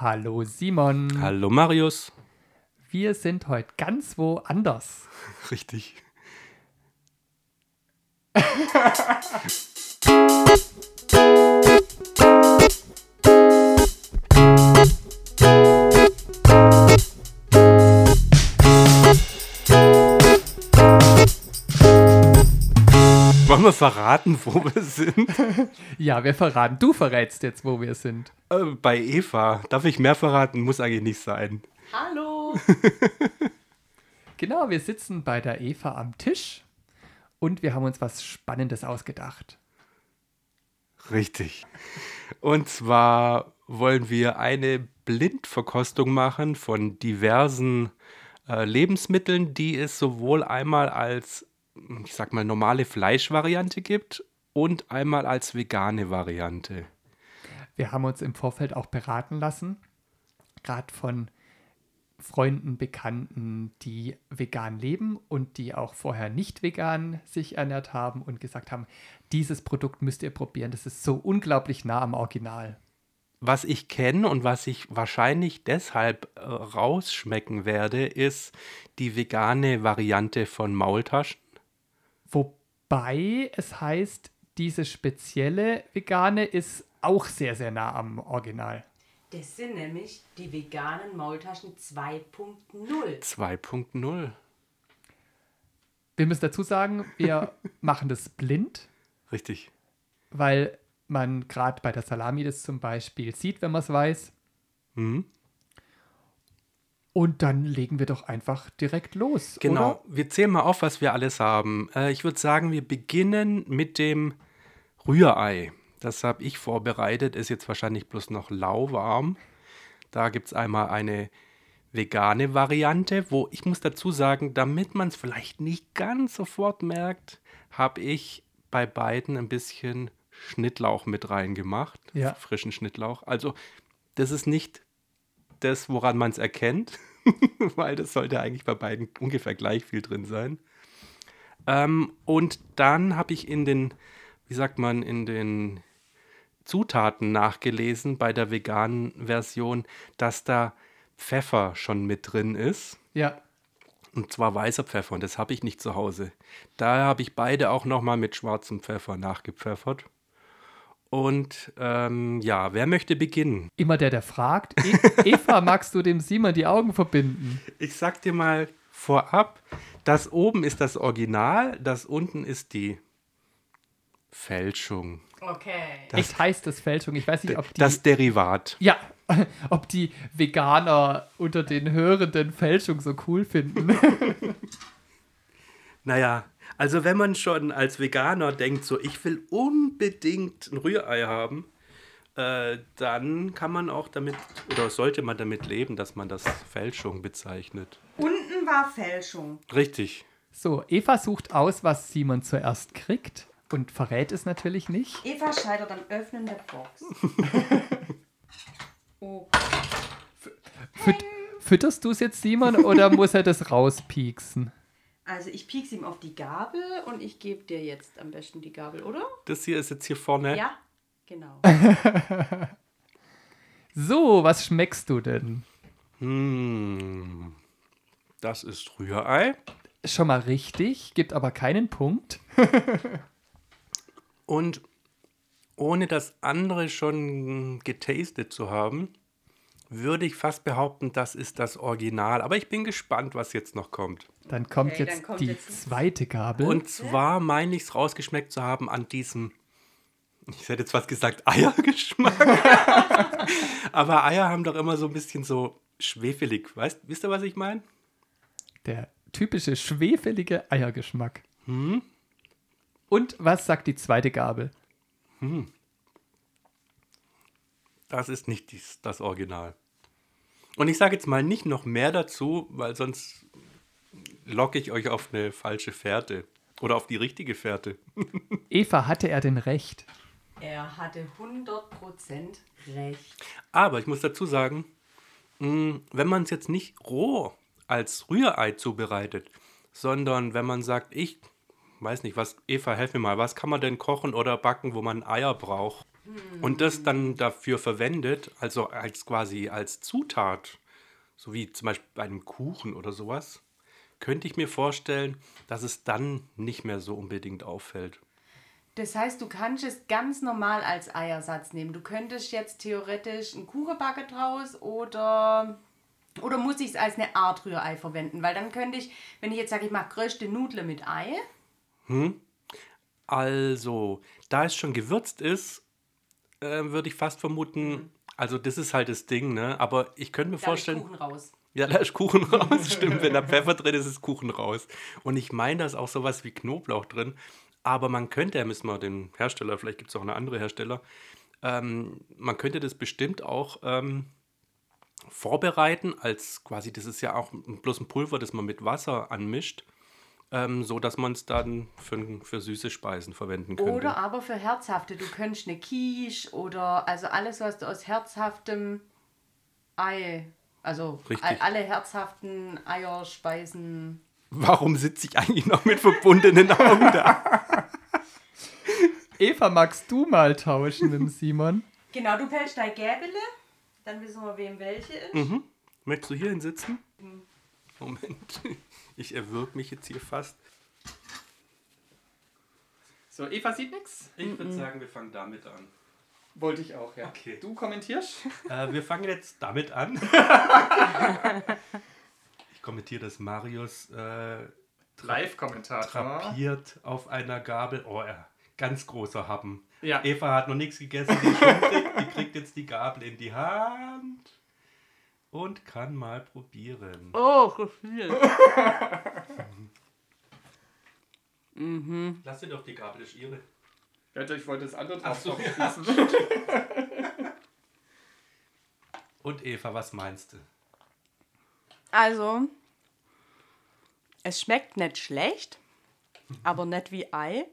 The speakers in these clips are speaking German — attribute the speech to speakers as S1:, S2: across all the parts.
S1: Hallo Simon.
S2: Hallo Marius.
S1: Wir sind heute ganz woanders.
S2: Richtig. Wollen wir verraten, wo wir sind?
S1: Ja, wir verraten. Du verrätst jetzt, wo wir sind.
S2: Äh, bei Eva. Darf ich mehr verraten? Muss eigentlich nicht sein.
S3: Hallo!
S1: Genau, wir sitzen bei der Eva am Tisch und wir haben uns was Spannendes ausgedacht.
S2: Richtig. Und zwar wollen wir eine Blindverkostung machen von diversen äh, Lebensmitteln, die es sowohl einmal als, ich sag mal, normale Fleischvariante gibt und einmal als vegane Variante.
S1: Wir haben uns im Vorfeld auch beraten lassen, gerade von Freunden, Bekannten, die vegan leben und die auch vorher nicht vegan sich ernährt haben und gesagt haben, dieses Produkt müsst ihr probieren, das ist so unglaublich nah am Original.
S2: Was ich kenne und was ich wahrscheinlich deshalb äh, rausschmecken werde, ist die vegane Variante von Maultaschen.
S1: Wobei es heißt, diese spezielle vegane ist auch sehr, sehr nah am Original.
S3: Das sind nämlich die veganen Maultaschen 2.0.
S2: 2.0.
S1: Wir müssen dazu sagen, wir machen das blind,
S2: Richtig.
S1: weil man gerade bei der Salami das zum Beispiel sieht, wenn man es weiß.
S2: Mhm.
S1: Und dann legen wir doch einfach direkt los.
S2: Genau.
S1: Oder?
S2: Wir zählen mal auf, was wir alles haben. Äh, ich würde sagen, wir beginnen mit dem Rührei. Das habe ich vorbereitet, ist jetzt wahrscheinlich bloß noch lauwarm. Da gibt es einmal eine vegane Variante, wo ich muss dazu sagen, damit man es vielleicht nicht ganz sofort merkt, habe ich bei beiden ein bisschen Schnittlauch mit reingemacht.
S1: Ja.
S2: Frischen Schnittlauch. Also, das ist nicht das, woran man es erkennt, weil das sollte eigentlich bei beiden ungefähr gleich viel drin sein. Ähm, und dann habe ich in den, wie sagt man, in den Zutaten nachgelesen bei der veganen Version, dass da Pfeffer schon mit drin ist.
S1: Ja,
S2: Und zwar weißer Pfeffer und das habe ich nicht zu Hause. Daher habe ich beide auch nochmal mit schwarzem Pfeffer nachgepfeffert. Und ähm, ja, wer möchte beginnen?
S1: immer der, der fragt. E Eva, magst du dem Simon die Augen verbinden?
S2: Ich sag dir mal vorab, das oben ist das Original, das unten ist die Fälschung.
S3: Okay.
S2: Das-
S1: Echt heißt das Fälschung? Ich weiß nicht, ob die.
S2: das Derivat.
S1: ja, ob die Veganer unter den Hörenden Fälschung so cool finden.
S2: Naja, also wenn man schon als Veganer denkt, so ich will unbedingt ein Rührei haben, äh, dann kann man auch damit oder sollte man damit leben, dass man das Fälschung bezeichnet.
S3: Unten war Fälschung.
S2: Richtig.
S1: So, Eva sucht aus, was Simon zuerst kriegt und verrät es natürlich nicht.
S3: Eva scheitert am Öffnen der Box. oh,
S1: Füt fütterst du es jetzt Simon oder muss er das rauspieksen?
S3: also ich piek's ihm auf die Gabel und ich gebe dir jetzt am besten die Gabel, oder?
S2: Das hier ist jetzt hier vorne.
S3: Ja, genau.
S1: So, was schmeckst du denn?
S2: Hm, das ist Rührei.
S1: Schon mal richtig, gibt aber keinen Punkt.
S2: Und ohne das andere schon getastet zu haben, würde ich fast behaupten, das ist das Original. Aber ich bin gespannt, was jetzt noch kommt.
S1: Dann kommt
S3: Okay,
S1: jetzt
S3: dann kommt
S1: die
S3: jetzt die-
S1: zweite Gabel.
S2: Und zwar meine ich es rausgeschmeckt zu haben an diesem, ich hätte jetzt fast gesagt, Eiergeschmack. Aber Eier haben doch immer so ein bisschen so schwefelig. Weißt, wisst ihr, was ich meine?
S1: der typische schwefelige Eiergeschmack.
S3: Hm?
S1: Und was sagt die zweite Gabel?
S2: Das ist nicht dies, das Original. Und ich sage jetzt mal nicht noch mehr dazu, weil sonst locke ich euch auf eine falsche Fährte. Oder auf die richtige Fährte.
S1: Eva, hatte er denn recht?
S3: Er hatte 100% recht.
S2: Aber ich muss dazu sagen, mh, wenn man es jetzt nicht roh als Rührei zubereitet, sondern wenn man sagt, ich weiß nicht, was, Eva, helf mir mal, was kann man denn kochen oder backen, wo man Eier braucht? Und das dann dafür verwendet, also als quasi als Zutat, so wie zum Beispiel bei einem Kuchen oder sowas, könnte ich mir vorstellen, dass es dann nicht mehr so unbedingt auffällt.
S3: Das heißt, du kannst es ganz normal als Eiersatz nehmen. Du könntest jetzt theoretisch einen Kuchen backen draus oder, oder muss ich es als eine Art Rührei verwenden? Weil dann könnte ich, wenn ich jetzt sage, ich mache größte Nudle mit Ei,
S2: Also, da es schon gewürzt ist, äh, würde ich fast vermuten, also das ist halt das Ding, ne? Aber ich könnte mir
S3: da ist
S2: vorstellen,
S3: Kuchen raus.
S2: Ja, da ist Kuchen raus, stimmt. Wenn da Pfeffer drin ist, ist Kuchen raus. Und ich meine, da ist auch sowas wie Knoblauch drin. Aber man könnte, da müssen wir den Hersteller, vielleicht gibt es auch eine andere Hersteller, ähm, man könnte das bestimmt auch ähm, vorbereiten, als quasi, das ist ja auch bloß ein Pulver, das man mit Wasser anmischt, ähm, so dass man es dann für, für süße Speisen verwenden könnte.
S3: Oder aber für herzhafte. Du könntest eine Quiche oder also alles, was du aus herzhaftem Ei, also
S2: Richtig.
S3: all- alle herzhaften Eierspeisen.
S2: Warum sitze ich eigentlich noch mit verbundenen Augen da?
S1: Eva, magst du mal tauschen mit dem Simon?
S3: Genau, du pellst dein Gäbele, dann wissen wir, wem welche ist.
S2: Möchtest du hierhin sitzen? Moment, ich erwürg mich jetzt hier fast.
S1: So, Eva sieht nichts.
S2: Ich würde sagen, wir fangen damit an.
S1: Wollte ich auch, ja.
S2: Okay.
S1: Du kommentierst?
S2: Äh, wir fangen jetzt damit an. ich kommentiere, dass Marius äh,
S1: Live-Kommentator.
S2: drapiert auf einer Gabel. Oh, er, ganz großer Happen.
S1: Ja.
S2: Eva hat noch nichts gegessen, die, ist hungrig, die kriegt jetzt die Gabel in die Hand und kann mal probieren.
S4: Oh, so viel.
S2: Lass dir doch die Gabel, das ist ihre.
S1: Ich wollte das andere
S2: Ach so, Und Eva, was meinst du?
S4: Also, es schmeckt nicht schlecht, aber nicht wie Ei.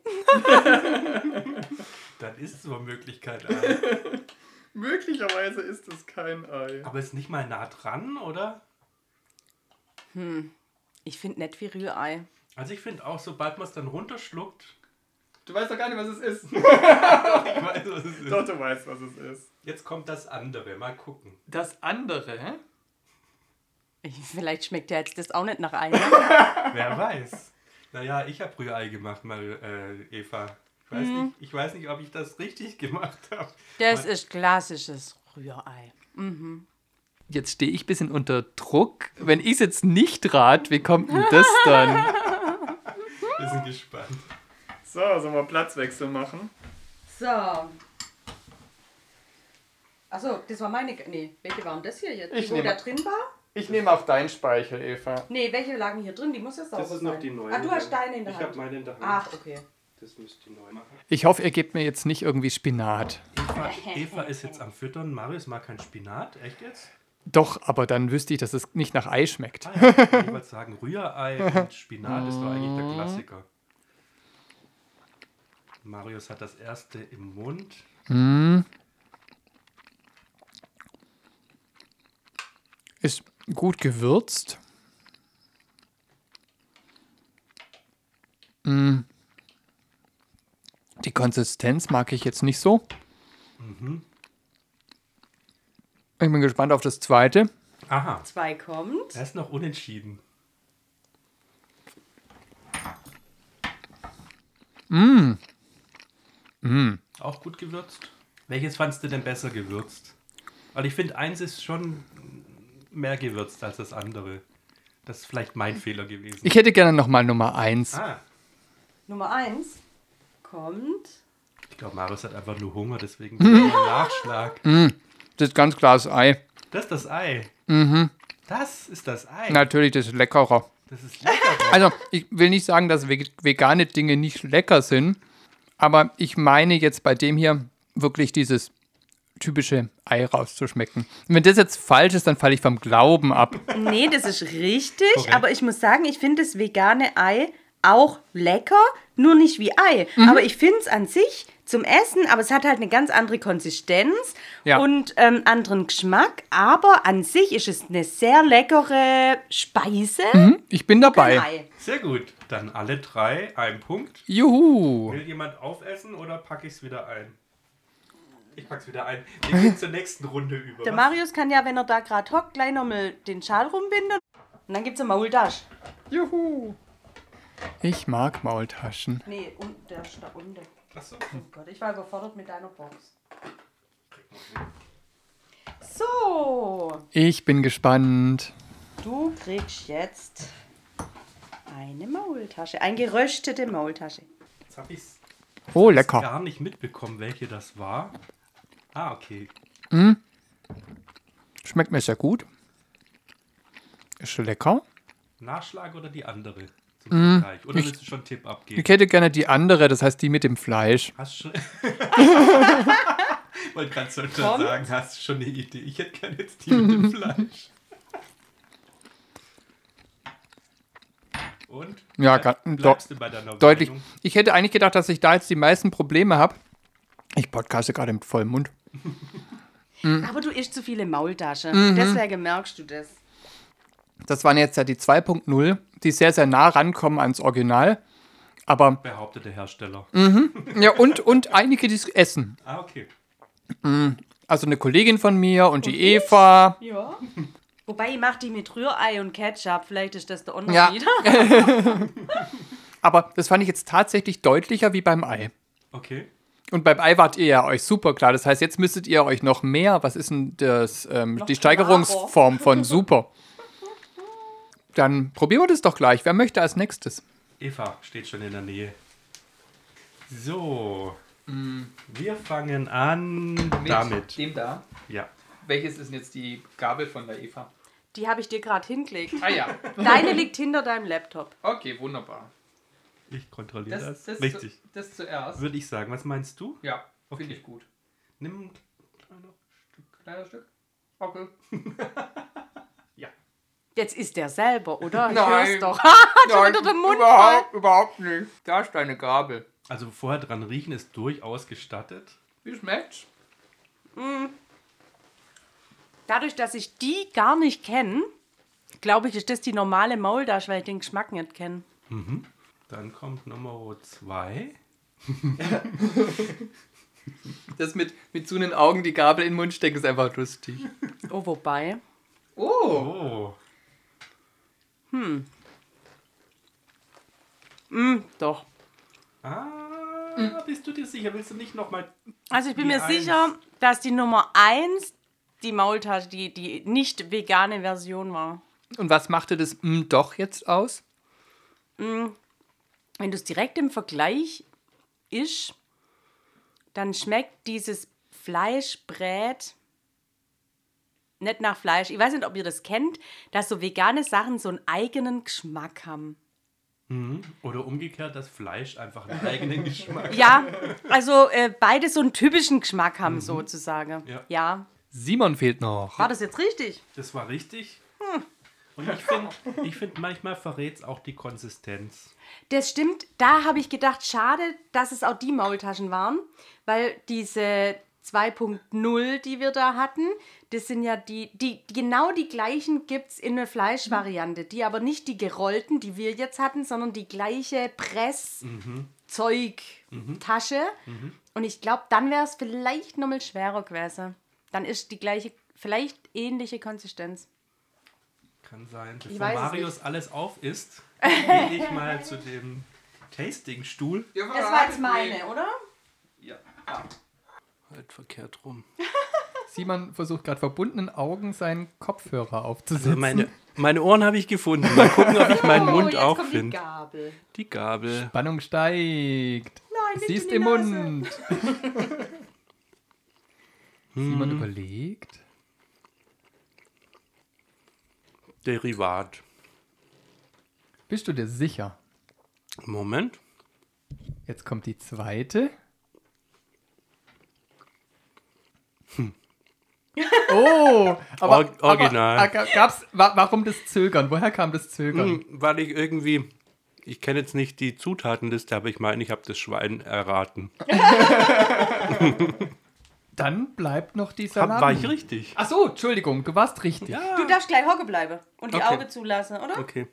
S2: Dann ist so eine Möglichkeit. Alter.
S1: Möglicherweise ist es kein Ei.
S2: Aber ist nicht mal nah dran, oder?
S4: Ich finde nicht wie Rührei.
S2: Also ich finde auch, sobald man es dann runterschluckt,
S1: Du weißt doch gar nicht, was es ist.
S2: ich weiß, was es ist.
S1: doch, du weißt, was es ist.
S2: Jetzt kommt das andere. Mal gucken.
S1: Das andere,
S4: Ich, vielleicht schmeckt ja jetzt das auch nicht nach Ei. Ne?
S2: Wer weiß. Naja, ich habe Rührei gemacht, mal, äh, Eva. Ich weiß, nicht, ich weiß nicht, ob ich das richtig gemacht habe.
S4: Das ist klassisches Rührei.
S1: Jetzt stehe ich ein bisschen unter Druck. Wenn ich es jetzt nicht rat, wie kommt denn das dann?
S2: Wir sind gespannt.
S1: So, sollen wir Platzwechsel machen?
S3: So. Achso, das war meine. G- Nee, welche waren das hier jetzt?
S1: Ich
S3: die, wo
S1: nehme-
S3: da drin war?
S1: Ich nehme auch deinen Speichel, Eva.
S3: Nee, welche lagen hier drin? Die muss ja sauber sein. Ah, du hast deine in der Hand.
S2: meine in der Hand.
S3: Ach, okay.
S2: Das müsst ihr neu machen.
S1: Ich hoffe, ihr gebt mir jetzt nicht irgendwie Spinat.
S2: Eva, Eva ist jetzt am Füttern. Marius mag kein Spinat. Echt jetzt?
S1: Doch, aber dann wüsste ich, dass es nicht nach Ei schmeckt.
S2: Ah, ja, ich wollte sagen, Rührei und Spinat ist doch eigentlich der Klassiker. Marius hat das erste im Mund.
S1: Ist gut gewürzt. Mm. Die Konsistenz mag ich jetzt nicht so. Ich bin gespannt auf das zweite.
S2: Aha,
S3: Zwei kommt.
S2: er ist noch unentschieden. Auch gut gewürzt. Welches fandst du denn besser gewürzt? Weil ich finde, eins ist schon mehr gewürzt als das andere. Das ist vielleicht mein Fehler gewesen.
S1: Ich hätte gerne nochmal Nummer 1.
S2: ah,
S3: Nummer eins kommt.
S2: ich glaube, Marius hat einfach nur Hunger, deswegen mm. Nachschlag.
S1: Das ist ganz klares Ei.
S2: Das ist das Ei. Das ist das Ei.
S1: Natürlich, das ist leckerer.
S2: Das ist lecker.
S1: Also, ich will nicht sagen, dass ve- vegane Dinge nicht lecker sind, aber ich meine jetzt bei dem hier wirklich dieses typische Ei rauszuschmecken. Und wenn das jetzt falsch ist, dann falle ich vom Glauben ab.
S4: Nee, das ist richtig,
S2: Korrekt.
S4: aber ich muss sagen, ich finde das vegane Ei auch lecker, nur nicht wie Ei. Aber ich finde es an sich zum Essen, aber es hat halt eine ganz andere Konsistenz
S1: Ja.
S4: und ähm, anderen Geschmack. Aber an sich ist es eine sehr leckere Speise.
S1: Ich bin dabei.
S4: Ei.
S2: Sehr gut. Dann alle drei ein Punkt.
S1: Juhu.
S2: Will jemand aufessen oder packe ich es wieder ein? Ich pack's wieder ein. Wir gehen zur nächsten Runde über.
S4: Der Marius kann ja, wenn er da gerade hockt, gleich nochmal den Schal rumbinden. Und dann gibt's eine Maultasche.
S1: Juhu! Ich mag Maultaschen.
S4: Nee, und der ist da unten.
S2: Achso.
S4: Oh Gott, ich war überfordert mit deiner Box. So,
S1: Ich bin gespannt.
S4: du kriegst jetzt eine Maultasche. Eine geröstete Maultasche.
S2: Jetzt hab ich's
S1: Oh, lecker.
S2: gar nicht mitbekommen, welche das war. Ah, okay.
S1: Schmeckt mir sehr gut. Ist lecker.
S2: Nachschlag oder die andere? Zum Vergleich. Oder
S1: Mhm. ich-
S2: willst du schon einen Tipp abgeben?
S1: Ich hätte gerne die andere, das heißt die mit dem Fleisch.
S2: Hast schon. Wollte gerade schon sagen, hast du schon eine Idee. Ich hätte gerne jetzt die mit dem Fleisch. Und?
S1: Ja,
S2: Bleib-
S1: kann-
S2: bleibst du bei deiner
S1: Deutlich.
S2: Meinung?
S1: Ich hätte eigentlich gedacht, dass ich da jetzt die meisten Probleme habe. Ich podcaste gerade mit vollem Mund. Mhm.
S4: Aber du isst zu viele Maultaschen. Deswegen merkst du das.
S1: Das waren jetzt ja die 2.0, die sehr, sehr nah rankommen ans Original. Aber,
S2: Behauptet der Hersteller.
S1: ja, und, und einige, die es essen.
S2: Ah, okay.
S1: Also eine Kollegin von mir und die Eva.
S4: Ja. Wobei, ich mache die mit Rührei und Ketchup. Vielleicht ist das der
S1: Ja.
S4: Unterschied.
S1: Aber das fand ich jetzt tatsächlich deutlicher wie beim Ei.
S2: Okay.
S1: Und beim Ei wart ihr ja euch super klar. Das heißt, jetzt müsstet ihr euch noch mehr, was ist denn das, ähm, die Steigerungsform von super? Dann probieren wir das doch gleich. Wer möchte als nächstes?
S2: Eva steht schon in der Nähe. So. Mm. Wir fangen an damit.
S1: dem da.
S2: Ja.
S1: Welches ist denn jetzt die Gabel von der Eva?
S4: Die habe ich dir gerade hingelegt.
S1: Ah ja,
S4: Deine liegt hinter deinem Laptop.
S1: okay, wunderbar.
S2: Ich kontrolliere das. Richtig.
S1: das zuerst.
S2: Würde ich sagen. Was meinst du?
S1: Ja,
S2: finde Okay.
S1: ich gut.
S2: Nimm ein kleiner Stück.
S1: Kleiner Stück. Okay.
S4: Jetzt ist der selber, oder? Ich
S1: Nein.
S4: hör's doch.
S1: Nein,
S4: wieder den Mund ne?
S1: überhaupt, überhaupt nicht. Da ist deine Gabel.
S2: Also vorher dran riechen ist durchaus gestattet.
S1: Wie schmeckt's?
S4: Dadurch, dass ich die gar nicht kenne, glaube ich, ist das die normale Maultasche, weil ich den Geschmack nicht kenne.
S2: Dann kommt Nummer 2.
S1: Das mit, mit so einen Augen die Gabel in den Mund stecken ist einfach lustig.
S4: Oh, wobei.
S1: Oh.
S2: Oh,
S4: Hm, doch.
S2: ah, bist du dir sicher? Willst du nicht nochmal...
S4: Also ich bin
S2: Die
S4: mir
S2: eins.
S4: sicher, dass die Nummer 1 die Maultasche, die, die nicht vegane Version war.
S1: Und was machte das mm, doch jetzt aus?
S4: Wenn du es direkt im Vergleich isch, dann schmeckt dieses Fleischbrät nicht nach Fleisch. Ich weiß nicht, ob ihr das kennt, dass so vegane Sachen so einen eigenen Geschmack haben.
S2: Oder umgekehrt, das Fleisch einfach einen eigenen Geschmack.
S4: Ja, also äh, beide so einen typischen Geschmack haben sozusagen.
S2: Mhm. Ja.
S1: Simon fehlt noch.
S4: War das jetzt richtig?
S2: Das war richtig. Und ich finde, ich find, manchmal verrät es auch die Konsistenz.
S4: Das stimmt. Da habe ich gedacht, schade, dass es auch die Maultaschen waren, weil diese 2.0, die wir da hatten, das sind ja die, die die- genau die gleichen gibt es in der Fleischvariante, die aber nicht die gerollten, die wir jetzt hatten, sondern die gleiche Presszeugtasche. Und ich glaube, dann wäre es vielleicht nochmal schwerer gewesen. Dann ist die gleiche, vielleicht ähnliche Konsistenz.
S2: Kann sein.
S4: Ich
S2: Bevor
S4: weiß es
S2: Marius alles auf isst, gehe ich mal zu dem Tastingstuhl.
S4: Das war jetzt meine, oder?
S2: Halt verkehrt rum.
S1: Simon versucht gerade verbundenen Augen seinen Kopfhörer aufzusetzen.
S2: Also meine, meine Ohren habe ich gefunden. Mal gucken, ob ich meinen Mund
S4: Oh, jetzt
S2: auch
S4: kommt die
S2: finde.
S4: Gabel.
S2: Die Gabel.
S1: Spannung steigt.
S4: Nein, nicht
S1: Sie ist
S4: in die
S1: im
S4: Nase.
S1: Mund.
S2: Hm.
S1: Simon überlegt.
S2: Derivat.
S1: Bist du dir sicher?
S2: Moment.
S1: Jetzt kommt die zweite. Hm. Oh, aber,
S2: Or- original.
S1: Aber, ah, gab's, wa warum das Zögern? Woher kam das Zögern?
S2: Hm, Weil ich irgendwie, ich kenne jetzt nicht die Zutatenliste, aber ich meine, ich habe das Schwein erraten.
S1: Dann bleibt noch die
S2: Hab,
S1: Salami.
S2: war ich richtig?
S1: Ach so, Entschuldigung, du warst richtig.
S4: Du darfst gleich hocken bleiben und die
S2: Okay.
S4: Augen zulassen, oder?
S2: Okay.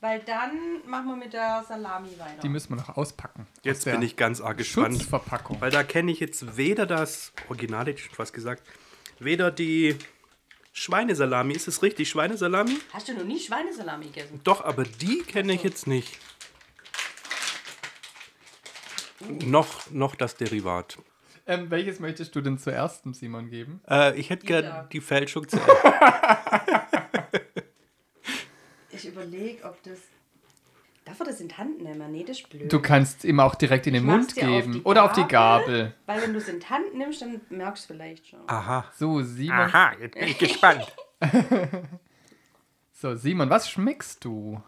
S4: Weil dann machen wir mit der Salami weiter.
S1: Die müssen wir noch auspacken.
S2: Jetzt bin ich ganz arg gespannt.
S1: Schutzverpackung.
S2: Weil da kenne ich jetzt weder das Original, hätte ich schon fast gesagt, weder die Schweinesalami. Ist es richtig, Schweinesalami?
S4: Hast du noch nie Schweinesalami gegessen?
S2: Doch, aber die kenne ich jetzt nicht. Noch, noch das Derivat.
S1: Ähm, welches möchtest du denn zuerst dem Simon geben?
S2: Äh, ich hätte
S4: Jeder.
S2: gern die Fälschung zu.
S4: Ich überlege, ob das. Darf er das in die Hand nehmen? Nee, das ist blöd.
S1: Du kannst ihm auch direkt in den Mund
S4: mach's dir auf
S1: geben.
S4: die
S1: Oder auf die
S4: Gabel.
S1: Gabel.
S4: Weil wenn du es in die Hand nimmst, dann merkst du vielleicht schon.
S1: Ah.
S2: Aha.
S1: So, Simon.
S2: Aha, jetzt bin ich gespannt.
S1: So, Simon, was schmeckst du?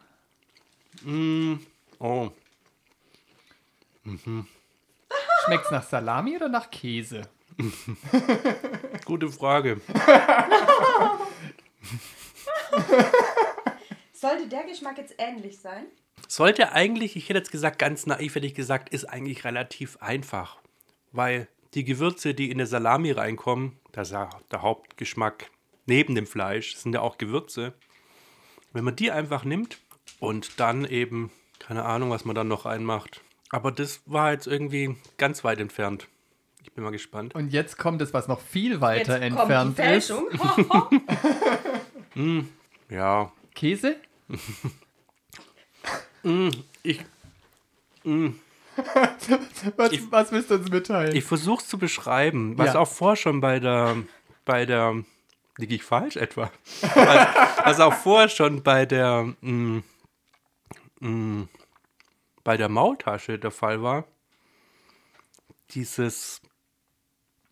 S2: Oh,
S1: Schmeckt's nach Salami oder nach Käse?
S2: gute Frage.
S4: Sollte der Geschmack jetzt ähnlich sein?
S2: Sollte eigentlich, ich hätte jetzt gesagt, ganz naiv hätte ich gesagt, ist eigentlich relativ einfach. Weil die Gewürze, die in der Salami reinkommen, das ist ja der Hauptgeschmack neben dem Fleisch, sind ja auch Gewürze. Wenn man die einfach nimmt und dann eben, keine Ahnung, was man dann noch reinmacht. Aber das war jetzt irgendwie ganz weit entfernt. Ich bin mal gespannt.
S1: Und jetzt kommt es, was noch viel weiter
S4: jetzt
S1: entfernt
S4: kommt die
S1: ist.
S4: Fälschung. Mhm.
S2: Ja,
S1: Käse?
S2: ich,
S1: Was, was willst du uns mitteilen?
S2: ich versuche es zu beschreiben, was
S1: Ja.
S2: auch vorher schon bei der, bei der, liege ich falsch etwa? was, was auch vorher schon bei der, mm, mm, bei der Maultasche der Fall war, dieses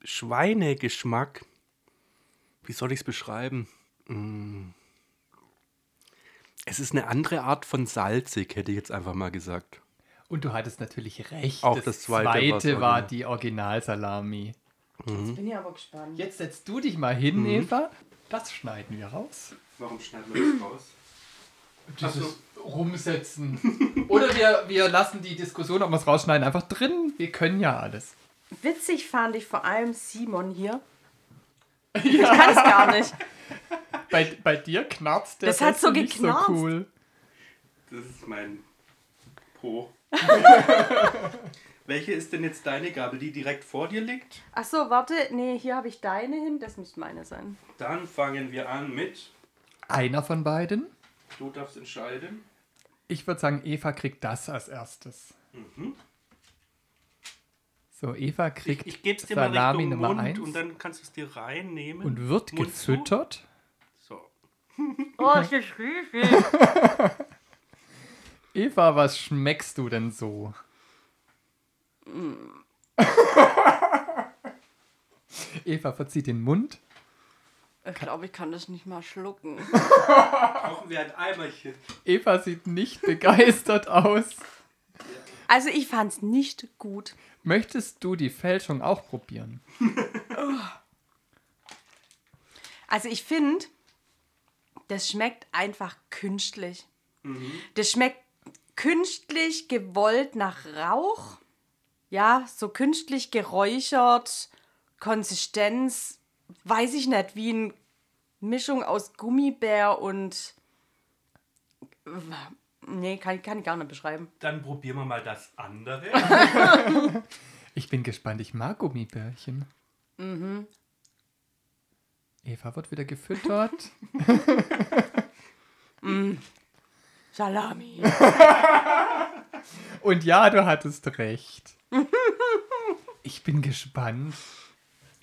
S2: Schweinegeschmack, wie soll ich es beschreiben? Mm. Es ist eine andere Art von salzig, hätte ich jetzt einfach mal gesagt.
S1: Und du hattest natürlich recht.
S2: Auch das zweite war's
S1: war
S2: original.
S1: die Originalsalami.
S4: Jetzt bin ich aber gespannt.
S1: Jetzt setzt du dich mal hin, Eva. Das schneiden wir raus.
S2: Warum schneiden wir das raus?
S1: Dieses Rumsetzen. Oder wir, wir lassen die Diskussion, ob wir es rausschneiden, einfach drin. Wir können ja alles.
S4: Witzig fand ich vor allem Simon hier. Ich kann es gar nicht.
S1: Bei, bei dir knarzt der
S4: Das hat
S1: Sessel
S4: so
S1: nicht
S4: geknarzt.
S1: so cool.
S2: Das ist mein Po. Welche ist denn jetzt deine Gabel, die direkt vor dir liegt?
S4: Ach so, warte. Nee, hier habe ich deine hin. Das müsste meine sein.
S2: Dann fangen wir an mit.
S1: Einer von beiden.
S2: Du darfst entscheiden.
S1: Ich würde sagen, Eva kriegt das als erstes. So, Eva kriegt
S2: Mhm. Ich geb's dir mal
S1: Salami
S2: Richtung
S1: Nummer
S2: Mund
S1: 1
S2: und
S1: und,
S2: dann kannst du es dir reinnehmen.
S1: wird
S2: Mund
S1: gefüttert.
S2: Zu. So.
S4: Oh, das ist riesig.
S1: Eva, was schmeckst du denn so? Eva verzieht den Mund.
S4: Ich glaube, ich kann das nicht mal schlucken.
S2: Brauchen wir ein Eimerchen.
S1: Eva sieht nicht begeistert aus.
S4: Also ich fand es nicht gut.
S1: Möchtest du die Fälschung auch probieren?
S4: Also ich finde, das schmeckt einfach künstlich. Das schmeckt künstlich gewollt nach Rauch. Ja, so künstlich geräuchert, Konsistenz, weiß ich nicht, wie eine Mischung aus Gummibär und... Nee, kann, kann ich gar nicht beschreiben.
S2: Dann probieren wir mal das andere.
S1: Ich bin gespannt, ich mag Gummibärchen. Eva wird wieder gefüttert.
S4: Salami.
S1: Und ja, du hattest recht. Ich bin gespannt.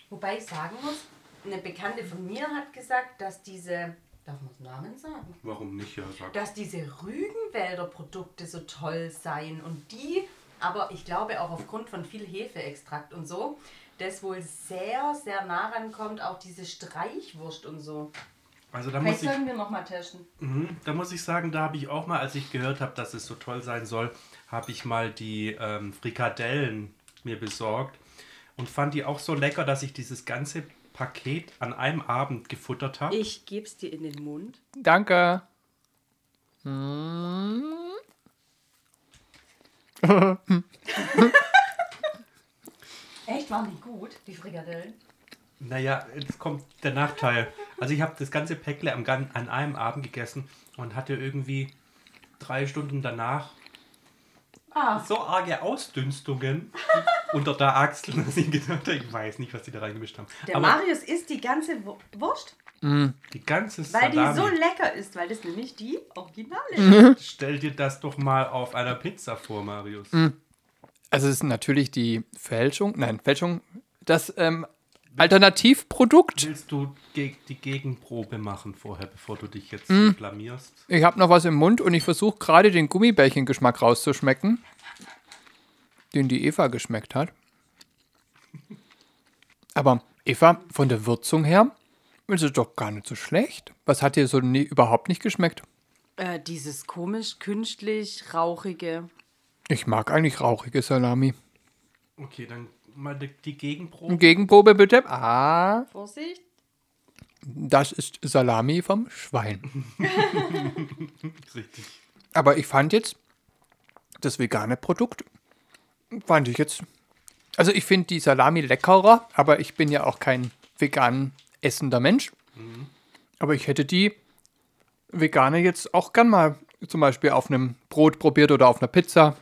S3: Wobei ich sagen muss, eine Bekannte von mir hat gesagt, dass diese, darf man Namen sagen?
S2: Warum nicht? Ja, sag.
S3: dass diese Rügenwälder Produkte so toll seien und die, aber ich glaube auch aufgrund von viel Hefeextrakt und so, das wohl sehr, sehr nah rankommt, auch diese Streichwurst und so.
S2: Also da
S4: Vielleicht
S2: muss, ich,
S4: sollten wir nochmal testen.
S2: mhm, da muss ich sagen, da habe ich auch mal, als ich gehört habe, dass es so toll sein soll, habe ich mal die ähm, Frikadellen mir besorgt und fand die auch so lecker, dass ich dieses ganze Paket an einem Abend gefuttert habe.
S4: Ich geb's dir in den Mund.
S1: Danke.
S3: Echt, waren die gut, die Frikadellen?
S2: Naja, jetzt kommt der Nachteil. Also ich habe das ganze Päckle am, gan- an einem Abend gegessen und hatte irgendwie drei Stunden danach
S4: Ah.
S2: so arge Ausdünstungen unter der Achsel, dass ich gedacht habe, ich weiß nicht, was die da reingemischt haben.
S4: Der
S2: Aber
S4: Marius isst die ganze Wur- Wurst,
S2: die ganze
S4: weil
S2: Salami,
S4: die so lecker ist, weil das nämlich die Originale ist.
S2: stell dir das doch mal auf einer Pizza vor, Marius.
S1: Also es ist natürlich die Fälschung, nein, Fälschung, das ähm, Alternativprodukt.
S2: Willst du ge die Gegenprobe machen vorher, bevor du dich jetzt blamierst?
S1: Ich habe noch was im Mund und ich versuche gerade den Gummibärchengeschmack rauszuschmecken, den die Eva geschmeckt hat. Aber Eva, von der Würzung her, ist es doch gar nicht so schlecht. Was hat dir so nie, überhaupt nicht geschmeckt?
S4: Äh, dieses komisch, künstlich, rauchige.
S1: Ich mag eigentlich rauchige Salami.
S2: Okay, dann mal die, die Gegenprobe.
S1: Gegenprobe bitte. Ah,
S4: Vorsicht.
S1: das ist Salami vom Schwein.
S2: Richtig.
S1: Aber ich fand jetzt das vegane Produkt, fand ich jetzt. Also ich finde die Salami leckerer, aber ich bin ja auch kein vegan essender Mensch. Aber ich hätte die vegane jetzt auch gern mal zum Beispiel auf einem Brot probiert oder auf einer Pizza.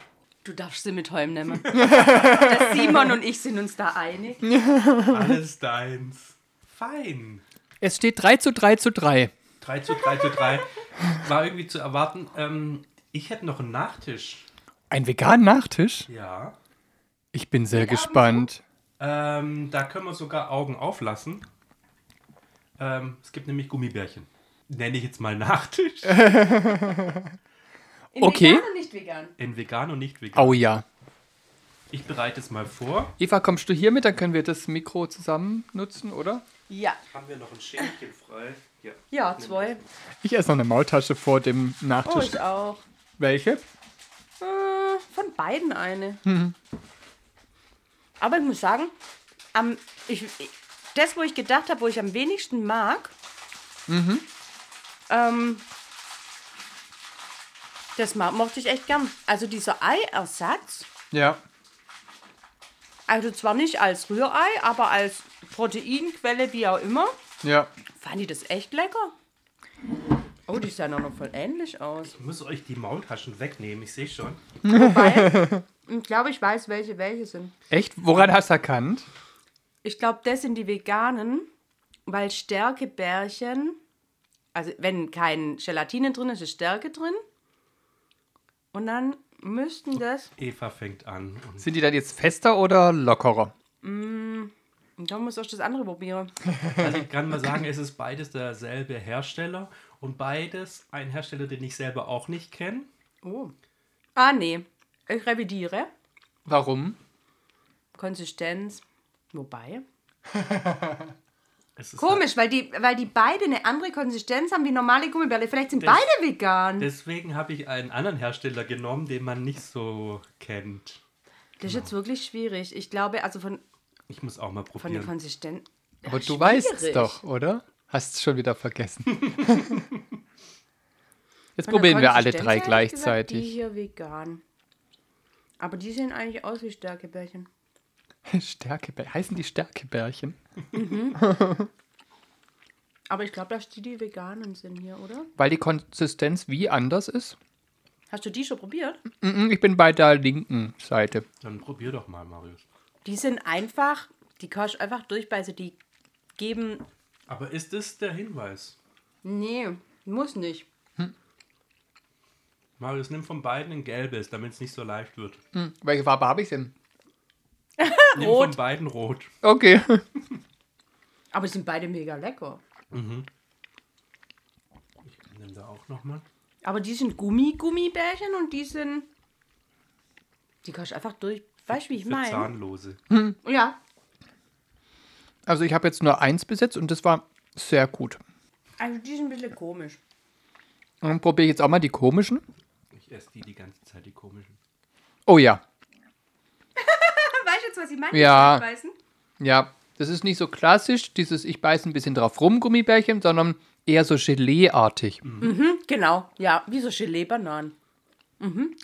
S4: Du darfst sie mit heimnehmen. Der Simon und ich sind uns da einig.
S2: Alles deins. Fein.
S1: Es steht 3 zu 3 zu 3.
S2: 3 zu 3 zu 3. War irgendwie zu erwarten. Ähm, ich hätte noch einen Nachtisch.
S1: Ein veganer Nachtisch?
S2: Ja.
S1: Ich bin sehr gespannt.
S2: Ähm, da können wir sogar Augen auflassen. Ähm, es gibt nämlich Gummibärchen. Nenne ich jetzt mal Nachtisch.
S4: In
S1: Okay.
S4: Vegan und nicht vegan.
S2: In vegan und nicht vegan.
S1: Oh ja.
S2: Ich bereite es mal vor.
S1: Eva, kommst du hier mit? Dann können wir das Mikro zusammen nutzen, oder?
S4: Ja.
S2: Haben wir noch ein Schälchen frei? Ja.
S4: Ja, zwei.
S1: Ich esse noch eine Maultasche vor dem
S4: Oh,
S1: Nachtisch.
S4: ich auch.
S1: Welche?
S4: Äh, von beiden eine. Aber ich muss sagen, am, ich, ich, das, wo ich gedacht habe, wo ich am wenigsten mag, Mhm. ähm, das ma- mochte ich echt gern. Also dieser Eiersatz,
S1: Ja.
S4: also zwar nicht als Rührei, aber als Proteinquelle, wie auch immer,
S1: Ja.
S4: fand ich das echt lecker. Oh, die sahen auch noch voll ähnlich aus.
S2: Ich muss euch die Maultaschen wegnehmen, ich sehe schon.
S4: Wobei, ich glaube, ich weiß, welche welche sind.
S1: Echt? Woran hast du erkannt?
S4: Ich glaube, das sind die Veganen, weil Stärkebärchen, also wenn kein Gelatine drin ist, ist Stärke drin. Und dann müssten das,
S2: Eva fängt an. Und
S1: Sind die dann jetzt fester oder lockerer?
S4: und dann muss ich das andere probieren.
S2: also ich kann mal sagen, es ist beides derselbe Hersteller und beides ein Hersteller, den ich selber auch nicht kenne.
S4: Oh. Ah, nee. Ich revidiere.
S1: Warum?
S4: Konsistenz. Wobei.
S2: Es ist
S4: Komisch, weil die, weil die beide eine andere Konsistenz haben wie normale Gummibärle. Vielleicht sind beide vegan. Das,
S2: Deswegen habe ich einen anderen Hersteller genommen, den man nicht so kennt.
S4: ist jetzt wirklich schwierig. Ich glaube, also von,
S2: Ich muss auch mal
S4: von der
S2: probieren.
S4: Konsistenz.
S1: Aber du
S4: schwierig.
S1: weißt es doch, oder? Hast es schon wieder vergessen. jetzt
S4: Von der
S1: probieren wir alle
S4: Konsistenz
S1: drei
S4: her hätte ich gesagt, Die
S1: gleichzeitig.
S4: hier vegan. Aber die sehen eigentlich aus wie Stärkebärchen.
S1: Stärkebär. Heißen die Stärkebärchen?
S4: Aber ich glaube, dass die die veganen sind hier, oder?
S1: Weil die Konsistenz wie anders ist?
S4: Hast du die schon probiert?
S1: Mhm, Ich bin bei der linken Seite.
S2: Dann probier doch mal, Marius.
S4: Die sind einfach, die kannst du einfach durchbeißen. Die geben,
S2: Aber ist das der Hinweis?
S4: nee, muss nicht.
S2: Marius, nimm von beiden ein gelbes, damit es nicht so leicht wird.
S4: Hm.
S1: Welche Farbe habe ich denn?
S2: Nimm von beiden rot.
S1: Okay.
S4: Aber die sind beide mega lecker.
S2: Nimm da auch nochmal.
S4: Aber die sind Gummi-Gummibärchen und die sind, die kannst du einfach durch, weißt du, wie ich
S2: Für
S4: meine?
S2: Zahnlose.
S4: Ja.
S1: Also ich habe jetzt nur eins besetzt und das war sehr gut.
S4: Also die sind ein bisschen komisch.
S1: Dann probiere ich jetzt auch mal die komischen.
S2: Ich esse die die ganze Zeit, die komischen.
S1: Oh ja.
S4: Weißt du jetzt, was ich meine?
S1: Ja.
S4: Ich weiß nicht.
S1: Ja, das ist nicht so klassisch, dieses ich beiß ein bisschen drauf rum Gummibärchen, sondern eher so Gelee-artig.
S4: Genau, ja, wie so Gelee-Bananen.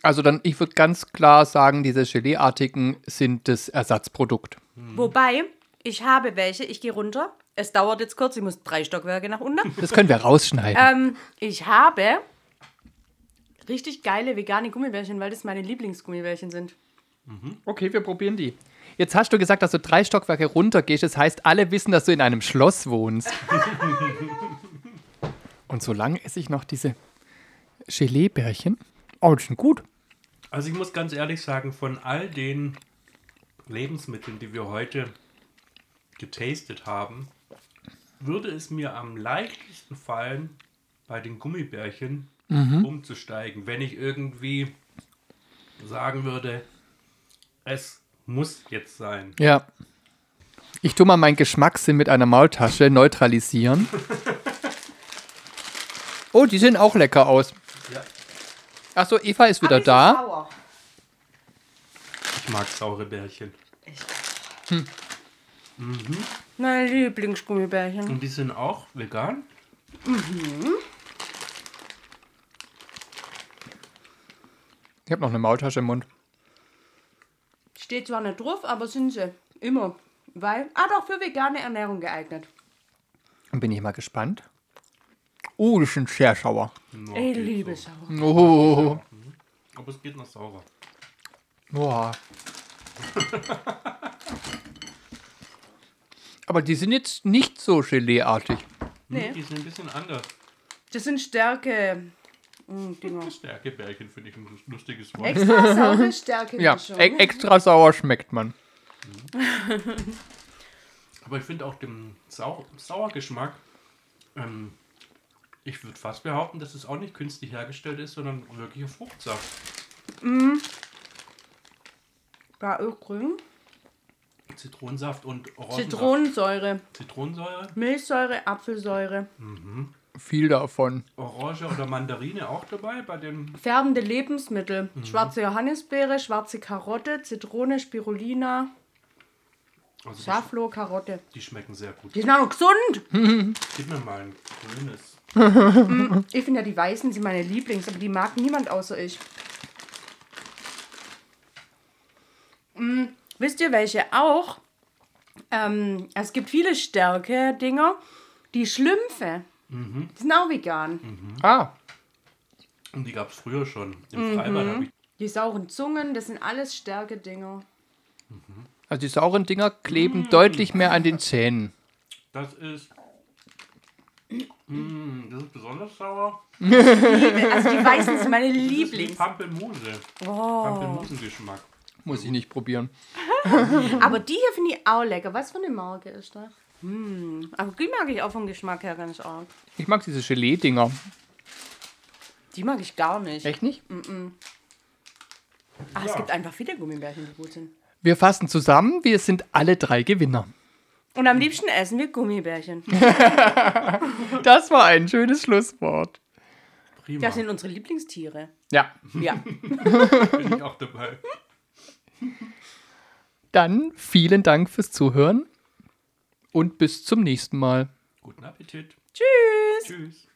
S1: Also dann, ich würde ganz klar sagen, diese Gelee-artigen sind das Ersatzprodukt.
S4: Wobei, ich habe welche, ich gehe runter. Es dauert jetzt kurz, ich muss drei Stockwerke nach unten.
S1: Äh. Das können wir rausschneiden.
S4: ähm, ich habe richtig geile vegane Gummibärchen, weil das meine Lieblingsgummibärchen sind.
S1: Okay, wir probieren die. Jetzt hast du gesagt, dass du drei Stockwerke runter gehst. Das heißt, alle wissen, dass du in einem Schloss wohnst. Und solange esse ich noch diese Gelee-Bärchen. Oh, die sind gut.
S2: Also ich muss ganz ehrlich sagen, von all den Lebensmitteln, die wir heute getastet haben, würde es mir am leichtesten fallen, bei den Gummibärchen
S4: Mhm.
S2: umzusteigen, wenn ich irgendwie sagen würde, es muss jetzt sein.
S1: Ja. Ich tue mal meinen Geschmackssinn mit einer Maultasche neutralisieren. Oh, die sehen auch lecker aus.
S2: Ja.
S1: Achso, Eva ist
S3: Aber
S1: wieder
S3: es ist
S1: da.
S3: sauer.
S2: Ich mag saure Bärchen.
S1: Hm.
S4: Meine Lieblingsgummibärchen.
S2: Und die sind auch vegan?
S1: Ich habe noch eine Maultasche im Mund.
S4: Steht zwar nicht drauf, aber sind sie. Immer. Weil, ah doch, für vegane Ernährung geeignet.
S1: Dann bin ich mal gespannt. Oh, die sind sehr sauer.
S2: No,
S4: Ich
S2: geht
S4: liebe
S2: so.
S4: Sauer.
S1: Oh.
S2: Aber es geht noch saurer.
S1: Boah. Aber die sind jetzt nicht so Gelee-artig.
S4: Nee.
S2: Die sind ein bisschen anders.
S4: Das sind Stärke. mm, Dinger.
S2: Stärkebärchen finde ich ein lustiges Wort.
S4: Extra saure Stärke.
S1: Ja, e extra sauer schmeckt man.
S2: Aber ich finde auch den Sau Sauergeschmack, ähm, ich würde fast behaupten, dass es auch nicht künstlich hergestellt ist, sondern wirklicher Fruchtsaft.
S4: War auch grün.
S2: Zitronensaft und Orangensaft.
S4: Zitronensäure,
S2: Zitronensäure,
S4: Milchsäure, Apfelsäure.
S1: Viel davon.
S2: Orange oder Mandarine auch dabei bei dem.
S4: Färbende Lebensmittel. Schwarze Johannisbeere, schwarze Karotte, Zitrone, Spirulina,
S2: Also die, sch-
S4: Schaflo, Karotte.
S2: die schmecken sehr gut.
S4: Die sind auch noch gesund.
S2: Gib mir mal ein grünes.
S4: Ich finde ja, die Weißen sind meine Lieblings, aber die mag niemand außer ich. Mm, Wisst ihr, welche auch? Ähm, es gibt viele Stärke-Dinger. Die Schlümpfe. Die sind auch vegan.
S1: Ah,
S2: Und die gab es früher schon. Im
S4: Mhm.
S2: Freibad habe ich.
S4: Die sauren Zungen, das sind alles Stärke-Dinger.
S1: also die sauren Dinger kleben deutlich mehr an den Zähnen.
S2: Das ist. Mm, das ist besonders sauer.
S4: Also die Weißen sind meine
S2: Das ist wie
S4: Lieblings. Oh.
S2: Pampelmuse. Pampelmusengeschmack.
S1: Muss ich nicht probieren.
S4: Aber die hier finde ich auch lecker. Was für eine Marke ist das? Hm. Aber die mag ich auch vom Geschmack her ganz arg.
S1: Ich mag diese Gelee-Dinger.
S4: Die mag ich gar nicht.
S1: Echt nicht? Mhm.
S4: Ah, es
S2: Ja.
S4: gibt einfach viele Gummibärchen, die gut sind.
S1: Wir fassen zusammen, wir sind alle drei Gewinner.
S4: Und am liebsten essen wir Gummibärchen.
S1: Das war ein schönes Schlusswort.
S2: Prima.
S4: Das sind unsere Lieblingstiere.
S1: Ja,
S4: Ja.
S2: bin ich auch dabei.
S1: dann vielen Dank fürs Zuhören und bis zum nächsten Mal.
S2: Guten Appetit.
S4: Tschüss.
S2: Tschüss.